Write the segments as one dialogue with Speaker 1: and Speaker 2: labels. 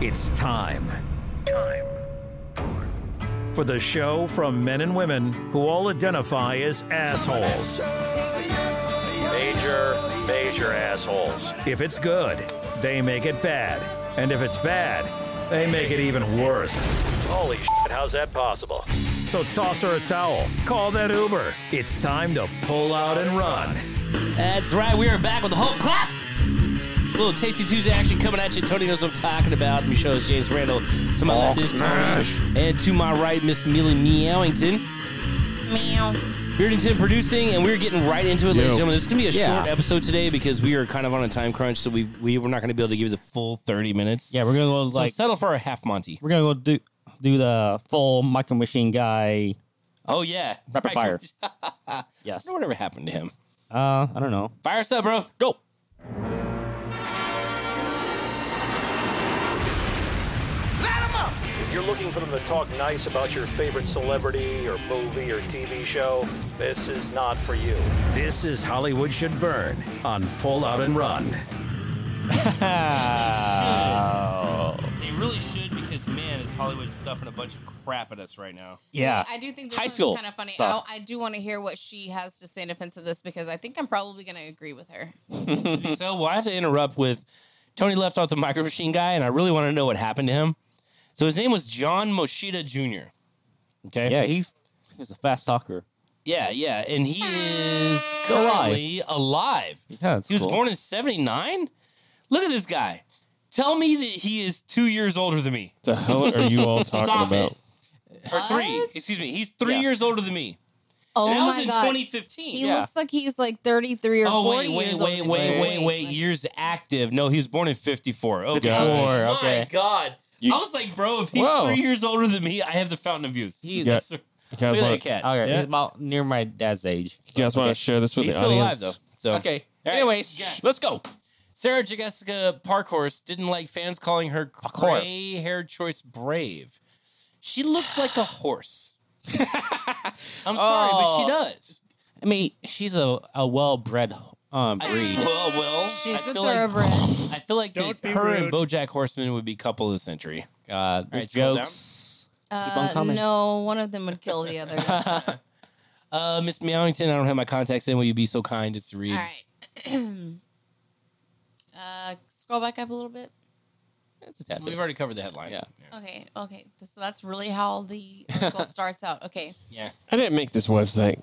Speaker 1: It's time. Time. For the show from men and women who all identify as assholes. Major, major assholes. If it's good, they make it bad. And if it's bad, they make it even worse. Holy shit, how's that possible? So toss her a towel, call that Uber. It's time to pull out and run.
Speaker 2: That's right. We are back with the whole clap. little Tasty Tuesday action coming at you. Tony knows what I'm talking about. My show is James Randall. To my left is Tony. And to my right, Miss Millie Meowington.
Speaker 3: Meow.
Speaker 2: Beardington producing, and we're getting right into it, ladies and gentlemen. This is going to be a
Speaker 4: Yeah.
Speaker 2: short episode today because we are kind of on a time crunch, so we, we, we're not going to be able to give you the full 30 minutes.
Speaker 4: Yeah, we're gonna go
Speaker 2: So
Speaker 4: like
Speaker 2: settle for a half Monty.
Speaker 4: we're gonna go do do the full Michael Machine guy.
Speaker 2: Oh, yeah.
Speaker 4: Rapid fire. Yes.
Speaker 2: I wonder whatever happened to him.
Speaker 4: Uh, I don't know.
Speaker 2: Fire us up, bro.
Speaker 4: Go.
Speaker 1: If you're looking for them to talk nice about your favorite celebrity or movie or TV show, this is not for you. This is Hollywood Should Burn on Pull Out and Run.
Speaker 2: They really should because, man, is Hollywood stuffing a bunch of crap at us right now.
Speaker 4: Yeah.
Speaker 3: I do think this
Speaker 4: High
Speaker 3: one's
Speaker 4: school
Speaker 3: kind of funny. I,
Speaker 4: stuff.
Speaker 3: I do want to hear what she has to say in defense of this because I think I'm probably going to agree with her.
Speaker 2: so, well, I have to interrupt with Tony left off the micro machine guy, and I really want to know what happened to him. So, his name was John Moshida Jr. Okay.
Speaker 4: Yeah. He's he's a fast talker.
Speaker 2: Yeah, yeah, and he is
Speaker 4: Still alive.
Speaker 2: currently alive.
Speaker 4: Yeah. It's
Speaker 2: He was
Speaker 4: cool.
Speaker 2: born in '79. Look at this guy. Tell me that he is two years older than me,
Speaker 5: the hell are you all talking
Speaker 2: Stop it.
Speaker 5: about?
Speaker 2: or three.
Speaker 3: What?
Speaker 2: Excuse me, he's three
Speaker 4: Yeah.
Speaker 2: years older than me.
Speaker 3: Oh
Speaker 2: and that
Speaker 3: my
Speaker 2: was in
Speaker 3: god.
Speaker 2: 2015.
Speaker 3: he
Speaker 4: yeah.
Speaker 3: looks like he's like 33 or
Speaker 2: Oh wait,
Speaker 3: 40
Speaker 2: wait,
Speaker 3: years
Speaker 2: wait,
Speaker 3: old.
Speaker 2: wait, wait, wait!
Speaker 3: Like,
Speaker 2: Years active. No, he was born in '54. Okay,
Speaker 5: 54,
Speaker 2: My
Speaker 4: okay.
Speaker 2: God,
Speaker 5: You-
Speaker 2: I was like, bro, if he's
Speaker 5: Whoa.
Speaker 2: three years older than me, I have the fountain of youth. He
Speaker 5: Yeah.
Speaker 2: is.
Speaker 5: You guys
Speaker 2: Look at that
Speaker 5: want to
Speaker 2: cat.
Speaker 4: Okay.
Speaker 5: Yeah.
Speaker 4: He's about near my dad's age.
Speaker 5: you guys want
Speaker 2: Okay.
Speaker 5: to share this with
Speaker 2: He's
Speaker 5: the
Speaker 2: still
Speaker 5: audience?
Speaker 2: alive though. So
Speaker 4: Okay.
Speaker 2: All right.
Speaker 4: Anyways,
Speaker 2: Yeah.
Speaker 4: let's go.
Speaker 2: Sarah Jessica Parkhorse didn't like fans calling her
Speaker 4: whore.
Speaker 2: gray hair choice brave. She looks like a horse. I'm sorry, but
Speaker 4: Oh.
Speaker 2: she does.
Speaker 4: I mean, she's a, a well-bred um,
Speaker 2: I,
Speaker 4: breed.
Speaker 2: well, well,
Speaker 3: She's
Speaker 2: I
Speaker 3: a
Speaker 2: feel like,
Speaker 3: thoroughbred.
Speaker 2: I feel like that
Speaker 6: Don't be
Speaker 2: her and
Speaker 6: rude.
Speaker 2: BoJack Horseman would be couple of the century. Uh,
Speaker 4: God, the
Speaker 2: right, scroll down.
Speaker 4: jokes. Keep on
Speaker 3: uh,
Speaker 4: coming.
Speaker 3: no, one of them would kill the other. All
Speaker 2: Uh, Miss Meowington, I don't have my contacts in. Will you be so kind as to read?
Speaker 3: right. uh, scroll back up a little bit.
Speaker 4: It's a tad
Speaker 2: We've
Speaker 4: bit.
Speaker 2: already covered the headline.
Speaker 4: Yeah.
Speaker 3: Okay, okay. So that's really how the article starts out. Okay.
Speaker 2: yeah.
Speaker 5: I didn't make this website.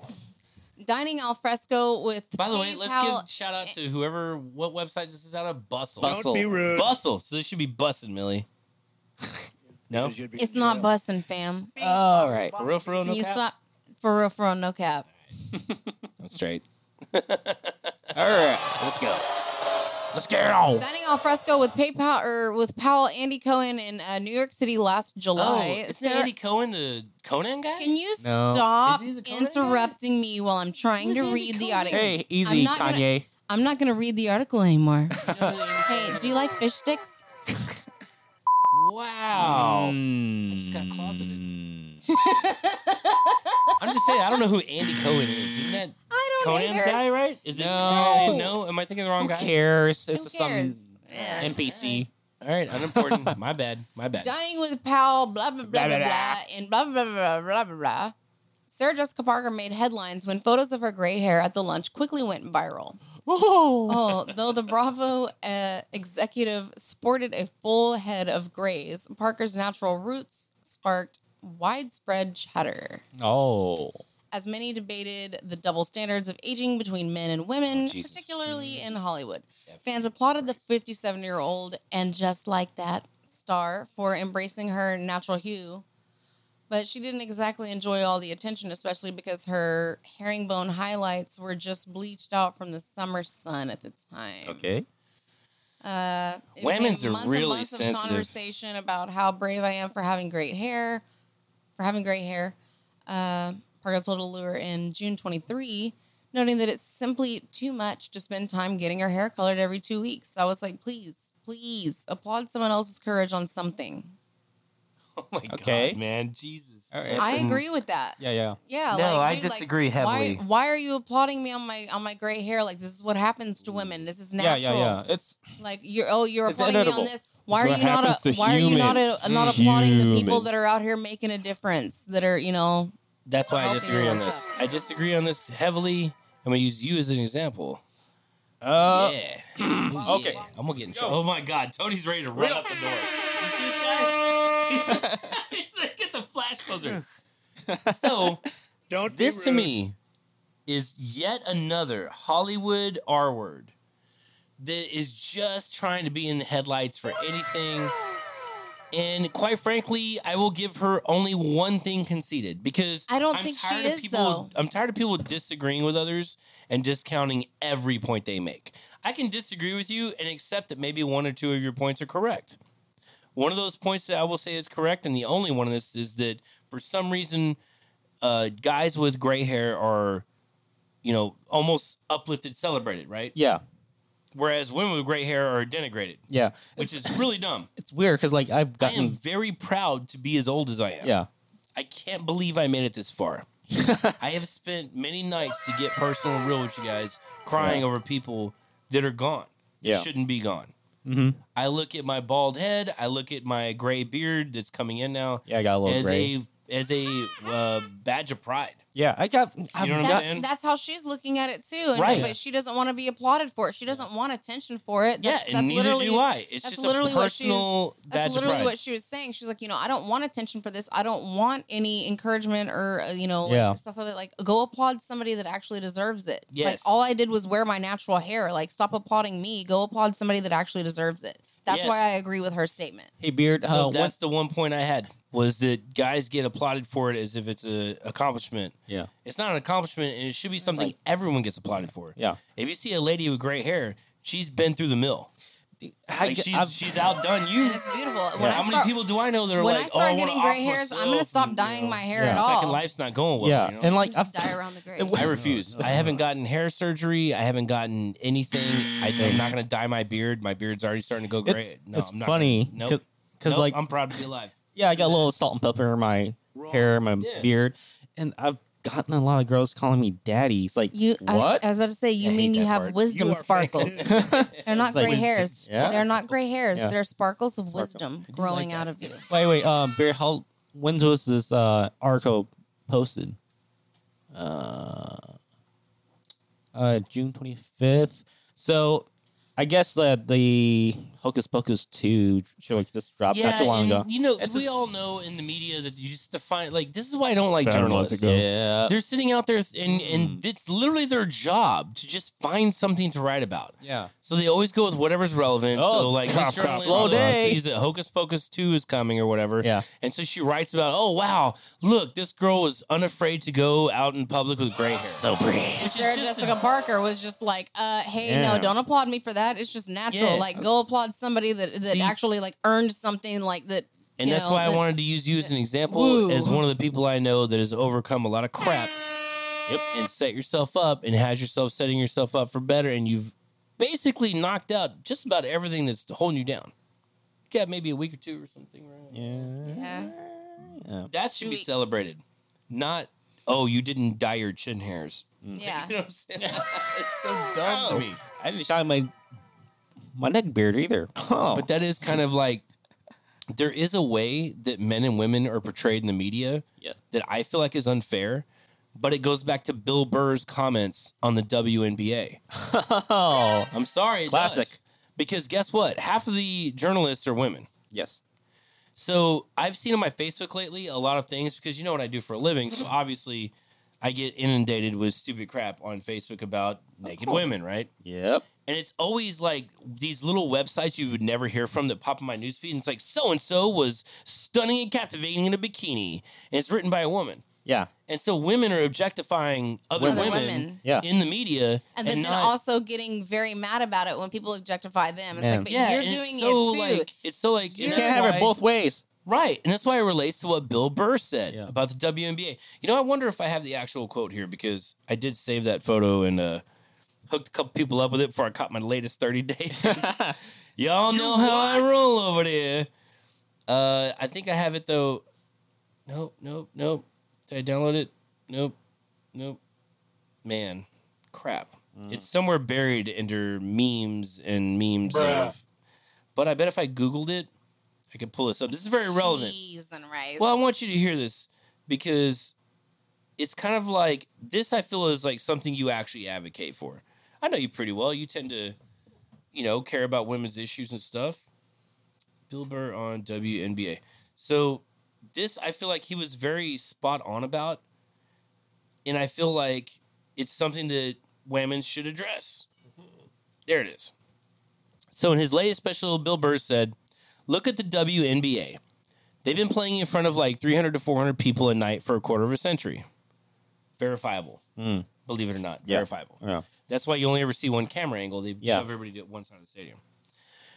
Speaker 3: Dining al fresco with
Speaker 2: By the way,
Speaker 3: Dave
Speaker 2: let's
Speaker 3: Powell-
Speaker 2: give shout out to whoever. What website this is out of? Bustle.
Speaker 6: Don't be rude.
Speaker 2: Bustle. So this should be bussin', Millie. no.
Speaker 3: It's not bussin', fam.
Speaker 4: All right.
Speaker 2: For real, for real,
Speaker 3: Can
Speaker 2: no
Speaker 3: you
Speaker 2: cap?
Speaker 3: stop? For real, for real, no cap.
Speaker 2: I'm straight.
Speaker 4: All right. Let's go. Let's get it on.
Speaker 3: Dining al fresco with PayPal or with Powell, Andy Cohen in uh, New York City last July.
Speaker 2: oh, is
Speaker 3: Sarah-
Speaker 2: Andy Cohen the Conan guy?
Speaker 3: can you
Speaker 4: No.
Speaker 3: stop
Speaker 2: Is he the Conan guy?
Speaker 3: interrupting me while I'm trying
Speaker 2: Who's
Speaker 3: to
Speaker 2: Andy
Speaker 3: read the
Speaker 2: Cohen?
Speaker 3: article?
Speaker 4: Hey, easy,
Speaker 3: not gonna-
Speaker 4: Kanye.
Speaker 3: I'm not gonna read the article anymore. hey, do you like fish sticks?
Speaker 2: Wow.
Speaker 4: Mm.
Speaker 2: I just got closeted. I'm just saying, I don't know who Andy Cohen is. Isn't that
Speaker 3: I don't
Speaker 2: Conan's
Speaker 3: either.
Speaker 2: guy, right? Is it
Speaker 4: No.
Speaker 2: No, am I thinking the wrong
Speaker 4: Who
Speaker 2: guy?
Speaker 4: cares?
Speaker 3: Who
Speaker 4: This is
Speaker 3: cares?
Speaker 4: some
Speaker 3: Yeah.
Speaker 4: NPC.
Speaker 2: All right, unimportant. My bad. My bad.
Speaker 3: Dining with Powell, blah blah blah
Speaker 4: Blah,
Speaker 3: blah
Speaker 4: blah,
Speaker 3: blah, and blah blah blah blah blah blah. Sarah Jessica Parker made headlines when photos of her gray hair at the lunch quickly went viral. Oh, though the Bravo uh, executive sported a full head of grays, Parker's natural roots sparked widespread chatter.
Speaker 4: Oh.
Speaker 3: As many debated the double standards of aging between men and women,
Speaker 2: Oh, Jesus.
Speaker 3: particularly in Hollywood.
Speaker 2: Yeah,
Speaker 3: Fans applauded the
Speaker 2: Christ.
Speaker 3: 57 year old and just like that star for embracing her natural hue. But she didn't exactly enjoy all the attention, especially because her herringbone highlights were just bleached out from the summer sun at the time. Uh, it became
Speaker 2: Women's are
Speaker 3: months and
Speaker 2: really
Speaker 3: months of
Speaker 2: sensitive.
Speaker 3: Conversation about how brave I am for having great hair, for having great hair. Uh, Parker told Allure in June 23, noting that it's simply too much to spend time getting her hair colored every two weeks. I was like, please, please applaud someone else's courage on something.
Speaker 2: Oh my
Speaker 4: Okay.
Speaker 2: god, man, Jesus.
Speaker 4: All right.
Speaker 3: I agree with that.
Speaker 4: yeah, yeah.
Speaker 3: Yeah.
Speaker 2: Mm-hmm. No,
Speaker 3: like,
Speaker 2: I
Speaker 3: dude, like,
Speaker 2: disagree
Speaker 3: why,
Speaker 2: heavily.
Speaker 3: why are you applauding me on my on my gray hair? Like this is what happens to women. This is natural.
Speaker 4: Yeah, yeah, yeah. It's
Speaker 3: Like you're oh you're
Speaker 4: It's
Speaker 3: applauding me on
Speaker 4: inevitable.
Speaker 3: this. Why are
Speaker 5: what
Speaker 3: you not
Speaker 5: happens
Speaker 3: a,
Speaker 5: to
Speaker 3: why are you not a,
Speaker 5: humans.
Speaker 3: not applauding the people
Speaker 5: Humans.
Speaker 3: that are out here making a difference? That are you know
Speaker 2: That's why I
Speaker 3: Helping
Speaker 2: disagree on
Speaker 3: us
Speaker 2: this.
Speaker 3: up.
Speaker 2: I disagree on this heavily. I'm gonna use you as an example.
Speaker 4: uh
Speaker 2: yeah.
Speaker 4: okay.
Speaker 2: Yeah, I'm gonna get in trouble. Oh my god, Tony's ready to run out the door. You see this guy? He's like, get the flash buzzer. So
Speaker 6: Don't be
Speaker 2: this to
Speaker 6: rude.
Speaker 2: me is yet another Hollywood R word that is just trying to be in the headlights for anything. And quite frankly, I will give her only one thing conceded because
Speaker 3: I don't
Speaker 2: am
Speaker 3: think she
Speaker 2: tired of
Speaker 3: is,
Speaker 2: people.
Speaker 3: though.
Speaker 2: I'm tired of people disagreeing with others and discounting every point they make. I can disagree with you and accept that maybe one or two of your points are correct. One of those points that I will say is correct, and the only one of this is that for some reason, uh, guys with gray hair are, you know, almost uplifted, celebrated, right?
Speaker 4: yeah.
Speaker 2: Whereas women with gray hair are denigrated,
Speaker 4: Yeah.
Speaker 2: which is really dumb.
Speaker 4: It's weird cuz like I've
Speaker 2: I am
Speaker 4: gotten
Speaker 2: very proud to be as old as I am.
Speaker 4: yeah.
Speaker 2: I can't believe I made it this far. I have spent many nights to get personal and real with you guys, crying over people that are gone. that
Speaker 4: Yeah. Mm-hmm.
Speaker 2: Shouldn't be gone. I look at my bald head. I look at my gray beard that's coming in now
Speaker 4: Yeah, I got a little
Speaker 2: as
Speaker 4: gray.
Speaker 2: a as a uh, badge of pride.
Speaker 4: yeah, I got I've
Speaker 2: know what I'm
Speaker 4: got-
Speaker 2: saying?
Speaker 3: that's that's how she's looking at it too. And,
Speaker 4: Right.
Speaker 3: But she doesn't want to be applauded for it. She doesn't want attention for it. That's,
Speaker 2: yeah,
Speaker 3: that's
Speaker 2: and neither
Speaker 3: literally
Speaker 2: do I. It's
Speaker 3: that's
Speaker 2: just
Speaker 3: literally
Speaker 2: a
Speaker 3: what she's-
Speaker 2: personal
Speaker 3: That's
Speaker 2: badge of
Speaker 3: literally
Speaker 2: pride.
Speaker 3: what she was saying. She was like, you know, I don't want attention for this. I don't want any encouragement or uh, you know, like,
Speaker 4: Yeah.
Speaker 3: stuff like that. Like, go applaud somebody that actually deserves it. Like,
Speaker 2: Yes.
Speaker 3: all I did was wear my natural hair. Like, stop applauding me. Go applaud somebody that actually deserves it. That's why
Speaker 2: Yes.
Speaker 3: I agree with her statement.
Speaker 4: Hey beard,
Speaker 2: So
Speaker 4: uh,
Speaker 2: that's the one point I had was that guys get applauded for it as if it's a accomplishment.
Speaker 4: Yeah.
Speaker 2: It's not an accomplishment, and it should be something everyone gets applauded for.
Speaker 4: Yeah.
Speaker 2: If you see a lady with gray hair, she's been through the mill.
Speaker 4: I,
Speaker 2: Like she's
Speaker 4: I've-
Speaker 2: she's outdone you.
Speaker 3: And it's beautiful. When I
Speaker 2: How many
Speaker 3: start,
Speaker 2: people do I know that are
Speaker 3: when
Speaker 2: like,
Speaker 3: I start
Speaker 2: oh,
Speaker 3: getting
Speaker 2: I
Speaker 3: gray hairs, I'm gonna stop dyeing my hair
Speaker 4: Yeah.
Speaker 3: at all.
Speaker 2: Second life's not going well.
Speaker 4: yeah,
Speaker 2: you know?
Speaker 4: and like
Speaker 3: just dye
Speaker 4: I've,
Speaker 3: around the gray.
Speaker 4: And we-
Speaker 2: I refuse. I haven't gotten hair surgery. I haven't gotten anything. I, I'm not gonna dye my beard. My beard's already starting to go gray.
Speaker 4: it's,
Speaker 2: no,
Speaker 4: it's
Speaker 2: I'm not
Speaker 4: funny
Speaker 2: Gonna,
Speaker 4: cuz
Speaker 2: nope. Nope,
Speaker 4: like
Speaker 2: I'm proud to be alive.
Speaker 4: Yeah, I got a little salt and pepper in my hair, my
Speaker 2: Yeah.
Speaker 4: beard, and I've gotten a lot of girls calling me daddy. It's like
Speaker 3: You, I-
Speaker 4: what?
Speaker 3: I, was about to say, you
Speaker 2: I hate
Speaker 3: mean you
Speaker 2: that
Speaker 3: have
Speaker 2: word.
Speaker 3: wisdom
Speaker 6: You are
Speaker 3: sparkles.
Speaker 6: famous.
Speaker 3: They're not
Speaker 4: like
Speaker 3: gray
Speaker 4: wisdom
Speaker 3: hairs.
Speaker 4: Yeah.
Speaker 3: They're not gray hairs.
Speaker 4: Yeah.
Speaker 3: They're sparkles of wisdom growing
Speaker 2: like
Speaker 3: out
Speaker 2: that.
Speaker 3: of you.
Speaker 4: wait, wait, um, beard. How when was this uh article posted? Uh, uh, June twenty fifth. So, I guess that the Hocus Pocus two show like just dropped not too long
Speaker 2: and,
Speaker 4: ago.
Speaker 2: You know,
Speaker 4: It's
Speaker 2: we
Speaker 4: a
Speaker 2: all know in the media that you just define like this is why I don't like
Speaker 5: About a month
Speaker 2: journalists.
Speaker 5: ago.
Speaker 4: Yeah,
Speaker 2: They're sitting out there and and it's literally their job to just find something to write about.
Speaker 4: yeah.
Speaker 2: So they always go with whatever's relevant. so
Speaker 4: Oh,
Speaker 2: like this
Speaker 4: cop,
Speaker 2: journalist
Speaker 4: cop, slow day.
Speaker 2: sees that Hocus Pocus two is coming or whatever.
Speaker 4: Yeah.
Speaker 2: And so she writes about, oh wow, look, this girl was unafraid to go out in public with gray hair. So pretty.
Speaker 3: And Sarah Jessica Parker was just like, uh, hey,
Speaker 4: Yeah.
Speaker 3: no, don't applaud me for that. It's just natural.
Speaker 2: Yeah.
Speaker 3: Like, go applaud somebody that, that
Speaker 2: See?
Speaker 3: actually like earned something like that.
Speaker 2: And
Speaker 3: you
Speaker 2: that's
Speaker 3: know,
Speaker 2: why I
Speaker 3: that-
Speaker 2: wanted to use you as an example
Speaker 3: Woo.
Speaker 2: as one of the people I know that has overcome a lot of crap. Yep. And set yourself up and has yourself setting yourself up for better. And you've basically knocked out just about everything that's holding you down. You got maybe a week or two or something, right?
Speaker 3: Yeah.
Speaker 2: That should
Speaker 3: Two
Speaker 2: be
Speaker 3: weeks.
Speaker 2: celebrated. Not, oh, you didn't dye your chin hairs.
Speaker 3: Yeah.
Speaker 2: You know what I'm saying? it's so dumb to me.
Speaker 4: I didn't shine my my neck beard either. Oh,
Speaker 2: But that is kind of like there is a way that men and women are portrayed in the media
Speaker 4: Yeah.
Speaker 2: that I feel like is unfair, but it goes back to Bill Burr's comments on the WNBA.
Speaker 4: oh.
Speaker 2: I'm sorry, it
Speaker 4: Classic.
Speaker 2: does. Because guess what? Half of the journalists are women.
Speaker 4: yes.
Speaker 2: So I've seen on my Facebook lately a lot of things because you know what I do for a living. So obviously, I get inundated with stupid crap on Facebook about naked women, right?
Speaker 4: Yep.
Speaker 2: And it's always like these little websites you would never hear from that pop in my newsfeed. And it's like, so and so was stunning and captivating in a bikini. And it's written by a woman.
Speaker 4: Yeah.
Speaker 2: And so women are objectifying other,
Speaker 3: Other
Speaker 2: women,
Speaker 3: women.
Speaker 4: Yeah.
Speaker 2: in the media.
Speaker 3: And, then, then
Speaker 2: not-
Speaker 3: also getting very mad about it when people objectify them. It's
Speaker 4: Man.
Speaker 3: like, but
Speaker 2: yeah,
Speaker 3: you're
Speaker 2: and
Speaker 3: doing
Speaker 2: it's so
Speaker 3: it too.
Speaker 2: like it's so like
Speaker 3: You
Speaker 2: and
Speaker 4: You
Speaker 3: Here's
Speaker 4: can't
Speaker 2: that's
Speaker 4: have
Speaker 2: why-
Speaker 4: it both ways.
Speaker 2: Right. And that's why it relates to what Bill Burr said
Speaker 4: Yeah.
Speaker 2: about the WNBA. You know, I wonder if I have the actual quote here because I did save that photo and uh, hooked a couple people up with it before I caught my latest 30 days. Y'all know how I roll over there. Uh, I think I have it though. Nope, nope, nope. Did I download it? Nope, nope. Man, crap. It's somewhere buried under memes and memes. Of, but I bet if I Googled it, I could pull this up. This is very relevant.
Speaker 3: Cheese and rice.
Speaker 2: Well, I want you to hear this because it's kind of like this. I feel is like something you actually advocate for. I know you pretty well. You tend to, you know, care about women's issues and stuff. Bill Burr on WNBA. So this, I feel like he was very spot on about, and I feel like it's something that women should address.
Speaker 4: Mm-hmm.
Speaker 2: There it is. So in his latest special, Bill Burr said, "Look at the WNBA." They've been playing in front of like 300 to 400 people a night for a quarter of a century. Verifiable. Believe it or not,
Speaker 4: Hmm. Yeah.
Speaker 2: verifiable.
Speaker 4: Yeah.
Speaker 2: That's why you only ever see one camera angle. They
Speaker 4: Yeah.
Speaker 2: shove everybody to one side of the stadium.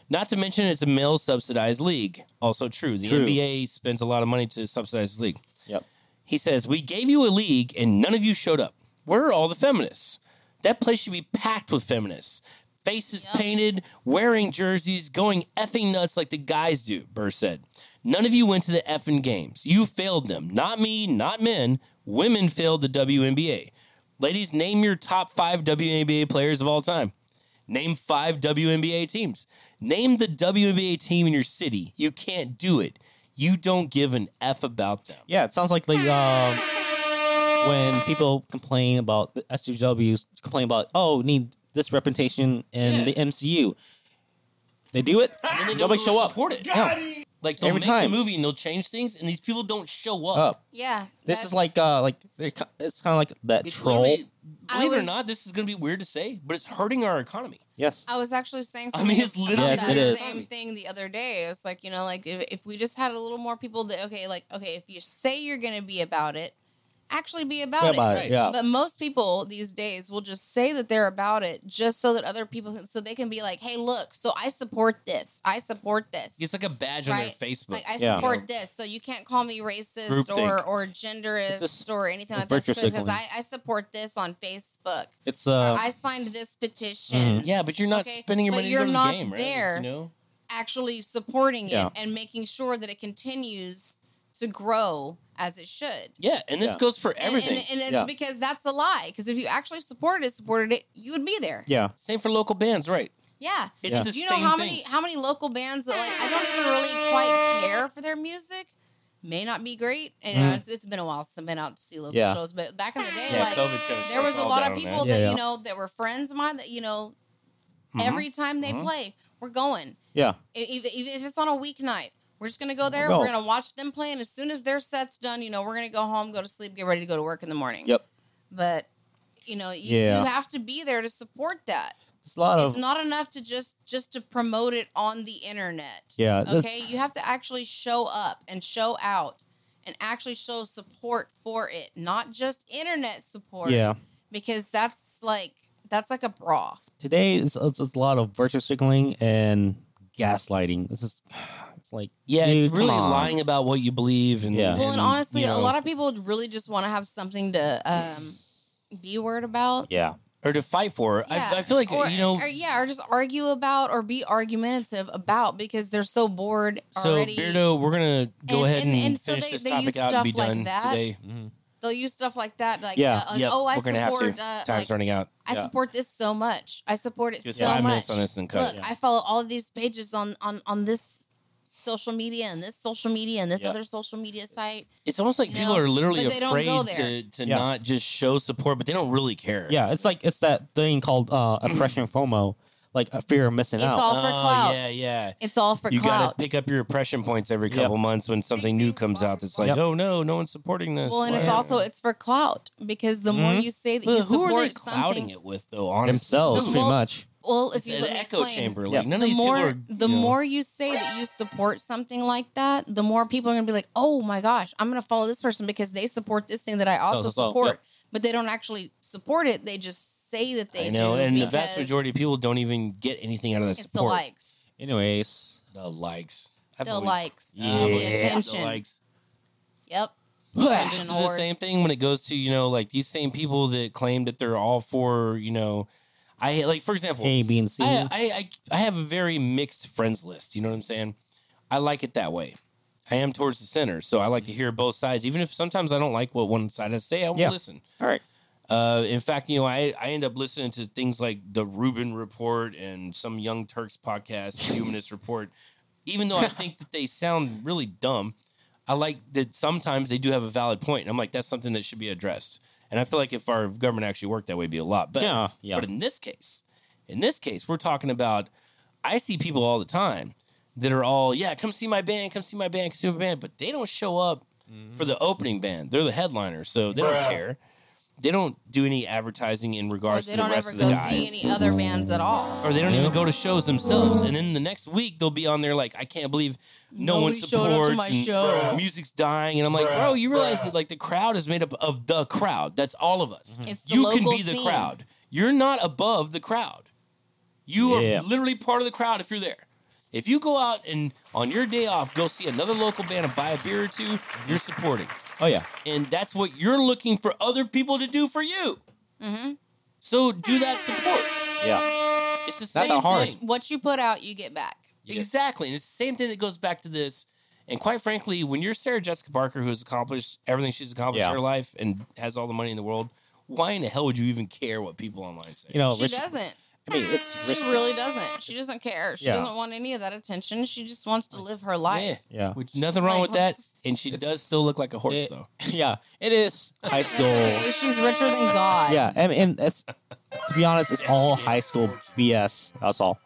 Speaker 2: Not to mention it's a male subsidized league. Also true. The
Speaker 4: True.
Speaker 2: NBA spends a lot of money to subsidize the league.
Speaker 4: Yep.
Speaker 2: He says, We gave you a league and none of you showed up. Where are all the feminists? That place should be packed with feminists. Faces painted, wearing jerseys, going effing nuts like the guys do, Burr said. None of you went to the effing games. You failed them. Not me, not men. Women failed the WNBA. Ladies, name your top five WNBA players of all time. Name five WNBA teams. Name the WNBA team in your city. You can't do it. You don't give an F about them.
Speaker 4: Yeah, it sounds like the um, when people complain about the SJWs complain about oh need this representation in
Speaker 2: Yeah.
Speaker 4: the MCU. They do it.
Speaker 2: and then
Speaker 4: Nobody show up.
Speaker 2: Support it.
Speaker 4: Yeah.
Speaker 2: Like they'll
Speaker 4: Every
Speaker 2: make
Speaker 4: time.
Speaker 2: the movie and they'll change things, and these people don't show up.
Speaker 4: Up.
Speaker 3: yeah.
Speaker 4: Oh, This
Speaker 3: that's-
Speaker 4: is like uh like they're ki- it's kind of like that
Speaker 2: It's
Speaker 4: troll.
Speaker 2: literally-
Speaker 3: I
Speaker 2: Believe it or
Speaker 3: was-
Speaker 2: not, this is going to be weird to say, but it's hurting our economy.
Speaker 4: yes.
Speaker 3: I was actually saying
Speaker 2: I
Speaker 3: something
Speaker 2: mean, it's
Speaker 3: about
Speaker 2: literally
Speaker 4: Yes,
Speaker 3: that
Speaker 4: it is.
Speaker 3: same thing the other day. It's like, you know, like if, if we just had a little more people that, okay, like, okay, if you say you're going to be about it, actually be about
Speaker 4: Yeah,
Speaker 3: it.
Speaker 4: about it,
Speaker 2: Right.
Speaker 4: Yeah.
Speaker 3: But most people these days will just say that they're about it just so that other people, can, so they can be like, hey, look, so I support this. I support this.
Speaker 2: It's like a badge on
Speaker 3: Right.
Speaker 2: their Facebook.
Speaker 3: Like I
Speaker 4: Yeah.
Speaker 3: support this, so you can't call me racist
Speaker 2: Groupthink.
Speaker 3: or or genderist
Speaker 4: It's just
Speaker 3: or anything like that
Speaker 4: virtue
Speaker 3: because
Speaker 4: signaling.
Speaker 3: I, I support this on Facebook.
Speaker 4: It's uh mm-hmm.
Speaker 3: I signed this petition,
Speaker 2: yeah, but you're not
Speaker 3: Okay,
Speaker 2: spending your
Speaker 3: but
Speaker 2: money to
Speaker 3: you're
Speaker 2: go to the
Speaker 3: not
Speaker 2: game, right?
Speaker 3: there.
Speaker 2: You know,
Speaker 3: actually supporting
Speaker 4: Yeah.
Speaker 3: it and making sure that it continues to grow as it should.
Speaker 2: yeah, and this
Speaker 4: Yeah.
Speaker 2: goes for
Speaker 3: And-
Speaker 2: everything.
Speaker 3: and, and it's
Speaker 4: Yeah.
Speaker 3: because that's a lie. Because if you actually supported it, supported it, you would be there.
Speaker 4: yeah.
Speaker 2: Same for local bands, right?
Speaker 3: Yeah.
Speaker 2: It's
Speaker 4: Yeah.
Speaker 2: the
Speaker 3: you know
Speaker 2: same
Speaker 3: how
Speaker 2: thing.
Speaker 3: many how many local bands that like I don't even really quite care for their music may not be great. And you know,
Speaker 4: Mm.
Speaker 3: it's, it's been a while since I've been out to see local
Speaker 4: Yeah.
Speaker 3: shows, but back in the day,
Speaker 2: yeah,
Speaker 3: like
Speaker 2: COVID kind of
Speaker 3: there was a lot of people
Speaker 4: Yeah,
Speaker 3: that
Speaker 4: yeah. Mm-hmm.
Speaker 3: you know that were friends of mine that you know
Speaker 2: Mhm.
Speaker 3: every time they
Speaker 2: Mhm.
Speaker 3: play we're going
Speaker 4: Yeah.
Speaker 3: E- even, even if it's on a weeknight we're just gonna go there
Speaker 4: go.
Speaker 3: we're gonna watch them play and as soon as their set's done you know we're gonna go home go to sleep get ready to go to work in the morning
Speaker 4: Yep.
Speaker 3: but you know you,
Speaker 4: Yeah. Oh.
Speaker 3: you have to be there to support that
Speaker 4: It's a lot of
Speaker 3: it's not enough to just just to promote it on the internet
Speaker 4: yeah. this-
Speaker 3: okay you have to actually show up and show out and actually show support for it not just internet support
Speaker 4: Yeah.
Speaker 3: because that's like that's like a bra.
Speaker 4: Today is it's, it's a lot of virtue signaling and gaslighting. This is it's like
Speaker 2: Yeah, it's
Speaker 4: dude,
Speaker 2: really
Speaker 4: come on.
Speaker 2: lying about what you believe, and
Speaker 4: Yeah.
Speaker 3: Well, and honestly,
Speaker 2: you
Speaker 3: a
Speaker 2: know,
Speaker 3: lot of people really just want to have something to um, be worried about.
Speaker 4: Yeah.
Speaker 2: or to fight for.
Speaker 3: Yeah,
Speaker 2: I, I feel like
Speaker 3: Or,
Speaker 2: you know.
Speaker 3: or yeah, or just argue about or be argumentative about because they're so bored
Speaker 2: so
Speaker 3: already.
Speaker 2: Beardo, we're gonna go
Speaker 3: And-
Speaker 2: ahead and,
Speaker 3: and- and so
Speaker 2: finish
Speaker 3: they-
Speaker 2: this
Speaker 3: they
Speaker 2: topic
Speaker 3: use
Speaker 2: out and be
Speaker 3: stuff like
Speaker 2: done
Speaker 3: that.
Speaker 2: today.
Speaker 3: They'll use stuff like that, like,
Speaker 4: Yeah.
Speaker 3: uh, like,
Speaker 2: Yep,
Speaker 3: oh, I
Speaker 2: we're gonna have
Speaker 3: support,
Speaker 2: to.
Speaker 3: uh,
Speaker 2: Time's
Speaker 3: like,
Speaker 2: running out.
Speaker 3: I
Speaker 4: Yeah.
Speaker 3: support this so much. I support it
Speaker 2: Just
Speaker 3: so
Speaker 2: five
Speaker 3: much.
Speaker 2: minutes on this and cut.
Speaker 3: Look,
Speaker 2: it.
Speaker 4: Yeah.
Speaker 3: I follow all of these pages on on on this social media and this social media and this
Speaker 4: Yeah.
Speaker 3: other social media site.
Speaker 2: It's almost like
Speaker 3: You
Speaker 2: people
Speaker 3: know,
Speaker 2: are literally
Speaker 3: but they don't go
Speaker 2: afraid to,
Speaker 3: there.
Speaker 2: to
Speaker 4: Yeah.
Speaker 2: not just show support, but they don't really care.
Speaker 4: Yeah, it's like it's that thing called uh, oppression FOMO, like a fear of missing
Speaker 3: It's
Speaker 4: out.
Speaker 3: all- for
Speaker 2: Oh,
Speaker 3: clout.
Speaker 2: yeah, yeah.
Speaker 3: It's all for
Speaker 2: You
Speaker 3: clout.
Speaker 2: got to pick up your impression points every
Speaker 4: Yep.
Speaker 2: couple months when something new comes out that's like,
Speaker 4: Yep.
Speaker 2: oh no, no one's supporting this.
Speaker 3: Well, and it's
Speaker 2: Why- Mm-hmm.
Speaker 3: also it's for clout because the more
Speaker 4: Mhm.
Speaker 3: you say that
Speaker 2: But
Speaker 3: you
Speaker 2: who
Speaker 3: support
Speaker 2: are they clouding
Speaker 3: something,
Speaker 2: it with though? Honestly,
Speaker 4: themselves,
Speaker 3: No,
Speaker 4: pretty
Speaker 3: well,
Speaker 4: much.
Speaker 3: well, if
Speaker 2: it's
Speaker 3: you
Speaker 2: an
Speaker 3: let me
Speaker 2: echo
Speaker 3: explain,
Speaker 2: chamber.
Speaker 4: Yeah.
Speaker 2: Like none of
Speaker 3: the
Speaker 2: these
Speaker 3: more
Speaker 2: people are.
Speaker 3: the
Speaker 2: you know-
Speaker 3: more you say that you support something like that, the more people are gonna be like, "Oh my gosh, I'm gonna follow this person because they support this thing that I also
Speaker 4: so, so,
Speaker 3: support."
Speaker 4: yep.
Speaker 3: But they don't actually support it; they just say that they
Speaker 2: I know,
Speaker 3: do.
Speaker 2: and the vast
Speaker 3: because
Speaker 2: majority of people don't even get anything out of the
Speaker 3: it's
Speaker 2: support.
Speaker 3: the likes,
Speaker 4: Anyways,
Speaker 2: The likes. I
Speaker 3: the
Speaker 2: believe-
Speaker 3: likes,
Speaker 2: Yeah.
Speaker 3: and the
Speaker 2: Yeah.
Speaker 3: attention.
Speaker 2: The likes.
Speaker 3: Yep.
Speaker 2: This is
Speaker 3: Attention
Speaker 2: the
Speaker 3: whores.
Speaker 2: same thing when it goes to you know like these same people that claim that they're all for you know, I like for example,
Speaker 4: A, B, and C.
Speaker 2: I, I, I, I have a very mixed friends list. You know what I'm saying? I like it that way. I am towards the center, so I like
Speaker 3: Mm-hmm.
Speaker 2: to hear both sides, even if sometimes I don't like what one side has to say. I will
Speaker 4: Yeah.
Speaker 2: listen.
Speaker 4: All right.
Speaker 2: Uh, in fact, you know, I, I end up listening to things like the Rubin Report and some Young Turks podcast, Humanist Report. Even though I think that they sound really dumb, I like that sometimes they do have a valid point. And I'm like, that's something that should be addressed. And I feel like if our government actually worked that way, it'd be a lot better.
Speaker 4: Yeah, yeah.
Speaker 2: But in this case, in this case, we're talking about, I see people all the time that are all, yeah, come see my band, come see my band, come see my band, but they don't show up for the opening band. They're the headliner, so they don't care. They don't do any advertising in
Speaker 3: Or
Speaker 2: regards
Speaker 3: they
Speaker 2: to the
Speaker 3: don't
Speaker 2: rest
Speaker 3: ever
Speaker 2: of the
Speaker 3: go
Speaker 2: guys.
Speaker 3: see any other bands at all.
Speaker 2: or they don't even go to shows themselves. And then the next week they'll be on there like, I can't believe no
Speaker 3: Nobody
Speaker 2: one
Speaker 3: showed up to
Speaker 2: supports
Speaker 3: my
Speaker 2: and
Speaker 3: show.
Speaker 2: music's dying. And I'm like, bro, you realize that like the crowd is made up of the crowd. That's all of us.
Speaker 3: It's the
Speaker 2: you can
Speaker 3: local
Speaker 2: be the
Speaker 3: scene.
Speaker 2: crowd. You're not above the crowd. You
Speaker 4: Yeah.
Speaker 2: are literally part of the crowd if you're there. If you go out and on your day off go see another local band and buy a beer or two, you're supporting.
Speaker 4: Oh yeah.
Speaker 2: And that's what you're looking for other people to do for you.
Speaker 3: Mhm.
Speaker 2: So do that support.
Speaker 4: Yeah.
Speaker 2: It's the
Speaker 4: Not
Speaker 2: same
Speaker 4: that hard.
Speaker 2: thing.
Speaker 3: What you put out, you get back.
Speaker 4: Yeah.
Speaker 2: Exactly. And it's the same thing that goes back to this. And quite frankly, when you're Sarah Jessica Parker, who's accomplished everything she's accomplished
Speaker 4: Yeah.
Speaker 2: in her life and has all the money in the world, why in the hell would you even care what people online say?
Speaker 4: You know,
Speaker 3: she
Speaker 4: Rich,
Speaker 3: doesn't.
Speaker 4: I mean, it's
Speaker 3: She
Speaker 4: Rich.
Speaker 3: really doesn't. She doesn't care. She
Speaker 4: Yeah.
Speaker 3: doesn't want any of that attention. She just wants to live her
Speaker 2: yeah.
Speaker 3: life.
Speaker 4: Yeah.
Speaker 2: Which, nothing wrong
Speaker 3: Like,
Speaker 2: with that. And she does
Speaker 4: It's-
Speaker 2: still look like a horse,
Speaker 4: it-
Speaker 2: though.
Speaker 4: yeah. It is high
Speaker 3: That's
Speaker 4: school.
Speaker 3: okay. She's richer than God.
Speaker 4: Yeah, and, and that's to be honest, it's all high school BS. That's all.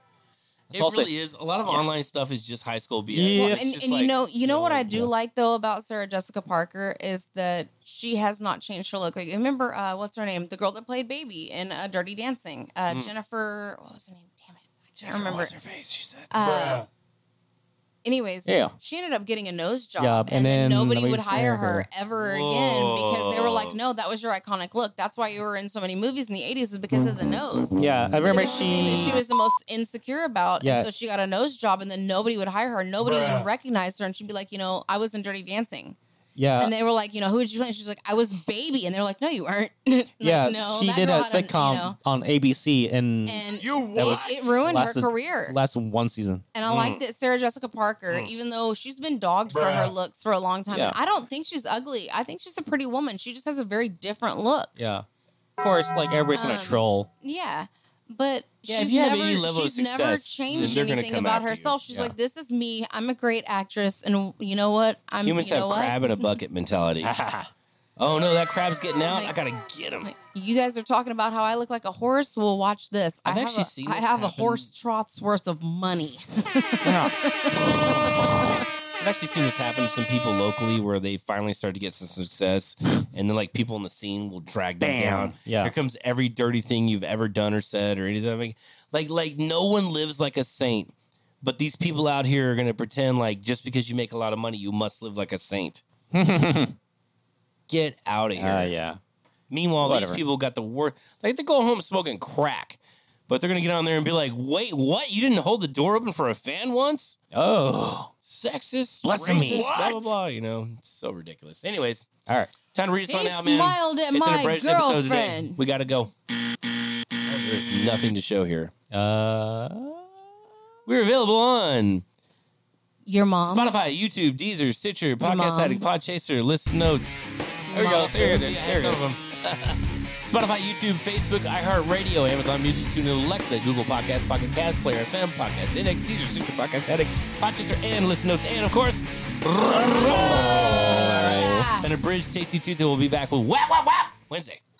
Speaker 4: That's
Speaker 2: It
Speaker 4: all I'll say.
Speaker 2: really is. A lot of online stuff is just high school BS.
Speaker 4: Yeah.
Speaker 3: Well,
Speaker 2: It's
Speaker 3: and
Speaker 2: just
Speaker 3: and you
Speaker 2: like,
Speaker 3: know, you know what I do
Speaker 4: yeah.
Speaker 3: like though about Sarah Jessica Parker is that she has not changed her look. Like remember, uh, what's her name? The girl that played Baby in uh, Dirty Dancing, uh,
Speaker 2: Mm.
Speaker 3: Jennifer. What was her name? Damn it, I can't
Speaker 2: "Oh,
Speaker 3: remember.
Speaker 2: what's her face? She said.
Speaker 3: Uh, anyways,
Speaker 4: Yeah.
Speaker 3: she ended up getting a nose job,
Speaker 4: Job,
Speaker 3: and,
Speaker 4: and
Speaker 3: then,
Speaker 4: then
Speaker 3: nobody,
Speaker 4: nobody
Speaker 3: would hire
Speaker 4: hired her.
Speaker 3: her ever again because they were like,
Speaker 2: Whoa.
Speaker 3: "No, that was your iconic look. That's why you were in so many movies in the '80s was because of the nose."
Speaker 4: Mm-hmm. Yeah, I remember
Speaker 3: It was the thing
Speaker 4: she.
Speaker 3: that she was the most insecure about.
Speaker 4: Yeah.
Speaker 3: And so she got a nose job and then nobody would hire her. Nobody even recognized her. And she'd be like, you know, I was in Dirty Dancing.
Speaker 4: yeah,
Speaker 3: and they were like, you know, who did you play? And she's like, I was baby. And they're like, no, you aren't. Like,
Speaker 4: yeah.
Speaker 3: no,
Speaker 4: she
Speaker 3: that
Speaker 4: did
Speaker 3: girl
Speaker 4: a
Speaker 3: had you
Speaker 4: sitcom
Speaker 3: know,
Speaker 4: on ABC and
Speaker 3: and
Speaker 2: You
Speaker 4: That was-
Speaker 3: it ruined her
Speaker 4: lasted-
Speaker 3: career.
Speaker 4: last one season.
Speaker 3: and I like that Sarah Jessica Parker,
Speaker 2: Mm.
Speaker 3: even though she's been dogged for her looks for a long time,
Speaker 4: Yeah.
Speaker 3: I don't think she's ugly. I think she's a pretty woman. She just has a very different look.
Speaker 4: Yeah, of course, like everybody's
Speaker 3: Um,
Speaker 4: gonna troll.
Speaker 3: Yeah. But
Speaker 2: Yeah, if
Speaker 3: she's
Speaker 2: you have
Speaker 3: never
Speaker 2: any level of
Speaker 3: she's never
Speaker 2: success,
Speaker 3: changed
Speaker 2: then they're gonna
Speaker 3: anything
Speaker 2: come
Speaker 3: about
Speaker 2: after you.
Speaker 3: herself. She's
Speaker 4: Yeah.
Speaker 3: like, This is me. I'm a great actress and you know what? I'm
Speaker 2: Humans
Speaker 3: you know
Speaker 2: have
Speaker 3: what?
Speaker 2: crab in a bucket mentality. oh no, that crab's getting out.
Speaker 3: Like-
Speaker 2: I gotta get him.
Speaker 3: Like, you guys are talking about how I look like a horse. Well, watch this. I
Speaker 2: I've
Speaker 3: have
Speaker 2: actually
Speaker 3: a,
Speaker 2: seen
Speaker 3: I
Speaker 2: this
Speaker 3: have a
Speaker 2: happen.
Speaker 3: horse troth's worth of money.
Speaker 2: I've actually seen this happen to some people locally where they finally start to get some success, and then like people in the scene will drag them down.
Speaker 4: Yeah.
Speaker 2: Here comes every dirty thing you've ever done or said or anything. Like, like, like no one lives like a saint, but these people out here are gonna pretend like just because you make a lot of money, you must live like a saint. get out of here.
Speaker 4: Uh, yeah,
Speaker 2: Meanwhile,
Speaker 4: Whatever.
Speaker 2: these people got the worst. Like they go home smoking crack, but they're gonna get on there and be like, "Wait, what? You didn't hold the door open for a fan once?
Speaker 4: Oh,
Speaker 2: Sexist,
Speaker 4: Blasphemy.
Speaker 2: racist, blah
Speaker 4: What?
Speaker 2: blah blah." You know, it's so ridiculous. Anyways,
Speaker 4: all right.
Speaker 2: time to read us
Speaker 3: He
Speaker 2: on out, man.
Speaker 3: smiled at
Speaker 2: It's an
Speaker 3: my
Speaker 2: abridged episode today.
Speaker 3: girlfriend.
Speaker 2: We gotta go. There's nothing to show here.
Speaker 4: Uh,
Speaker 2: We're available on
Speaker 3: Your mom.
Speaker 2: Spotify, YouTube, Deezer, Stitcher, Podcast
Speaker 3: Um, mom.
Speaker 2: Addict, Podchaser, Listen Notes.
Speaker 3: Your mom.
Speaker 2: There it is. There it is. Spotify, YouTube, Facebook, iHeartRadio, Amazon Music, TuneIn, Alexa, Google Podcasts, Pocket Cast, Player FM, Podcast Index, Deezer, Stitcher, Podcast Addict, Podchaser, and Listen Notes, and of course,
Speaker 3: Ah.
Speaker 2: an abridged Tasty Tuesday. We'll be back with Wap Wap Wap Wednesday.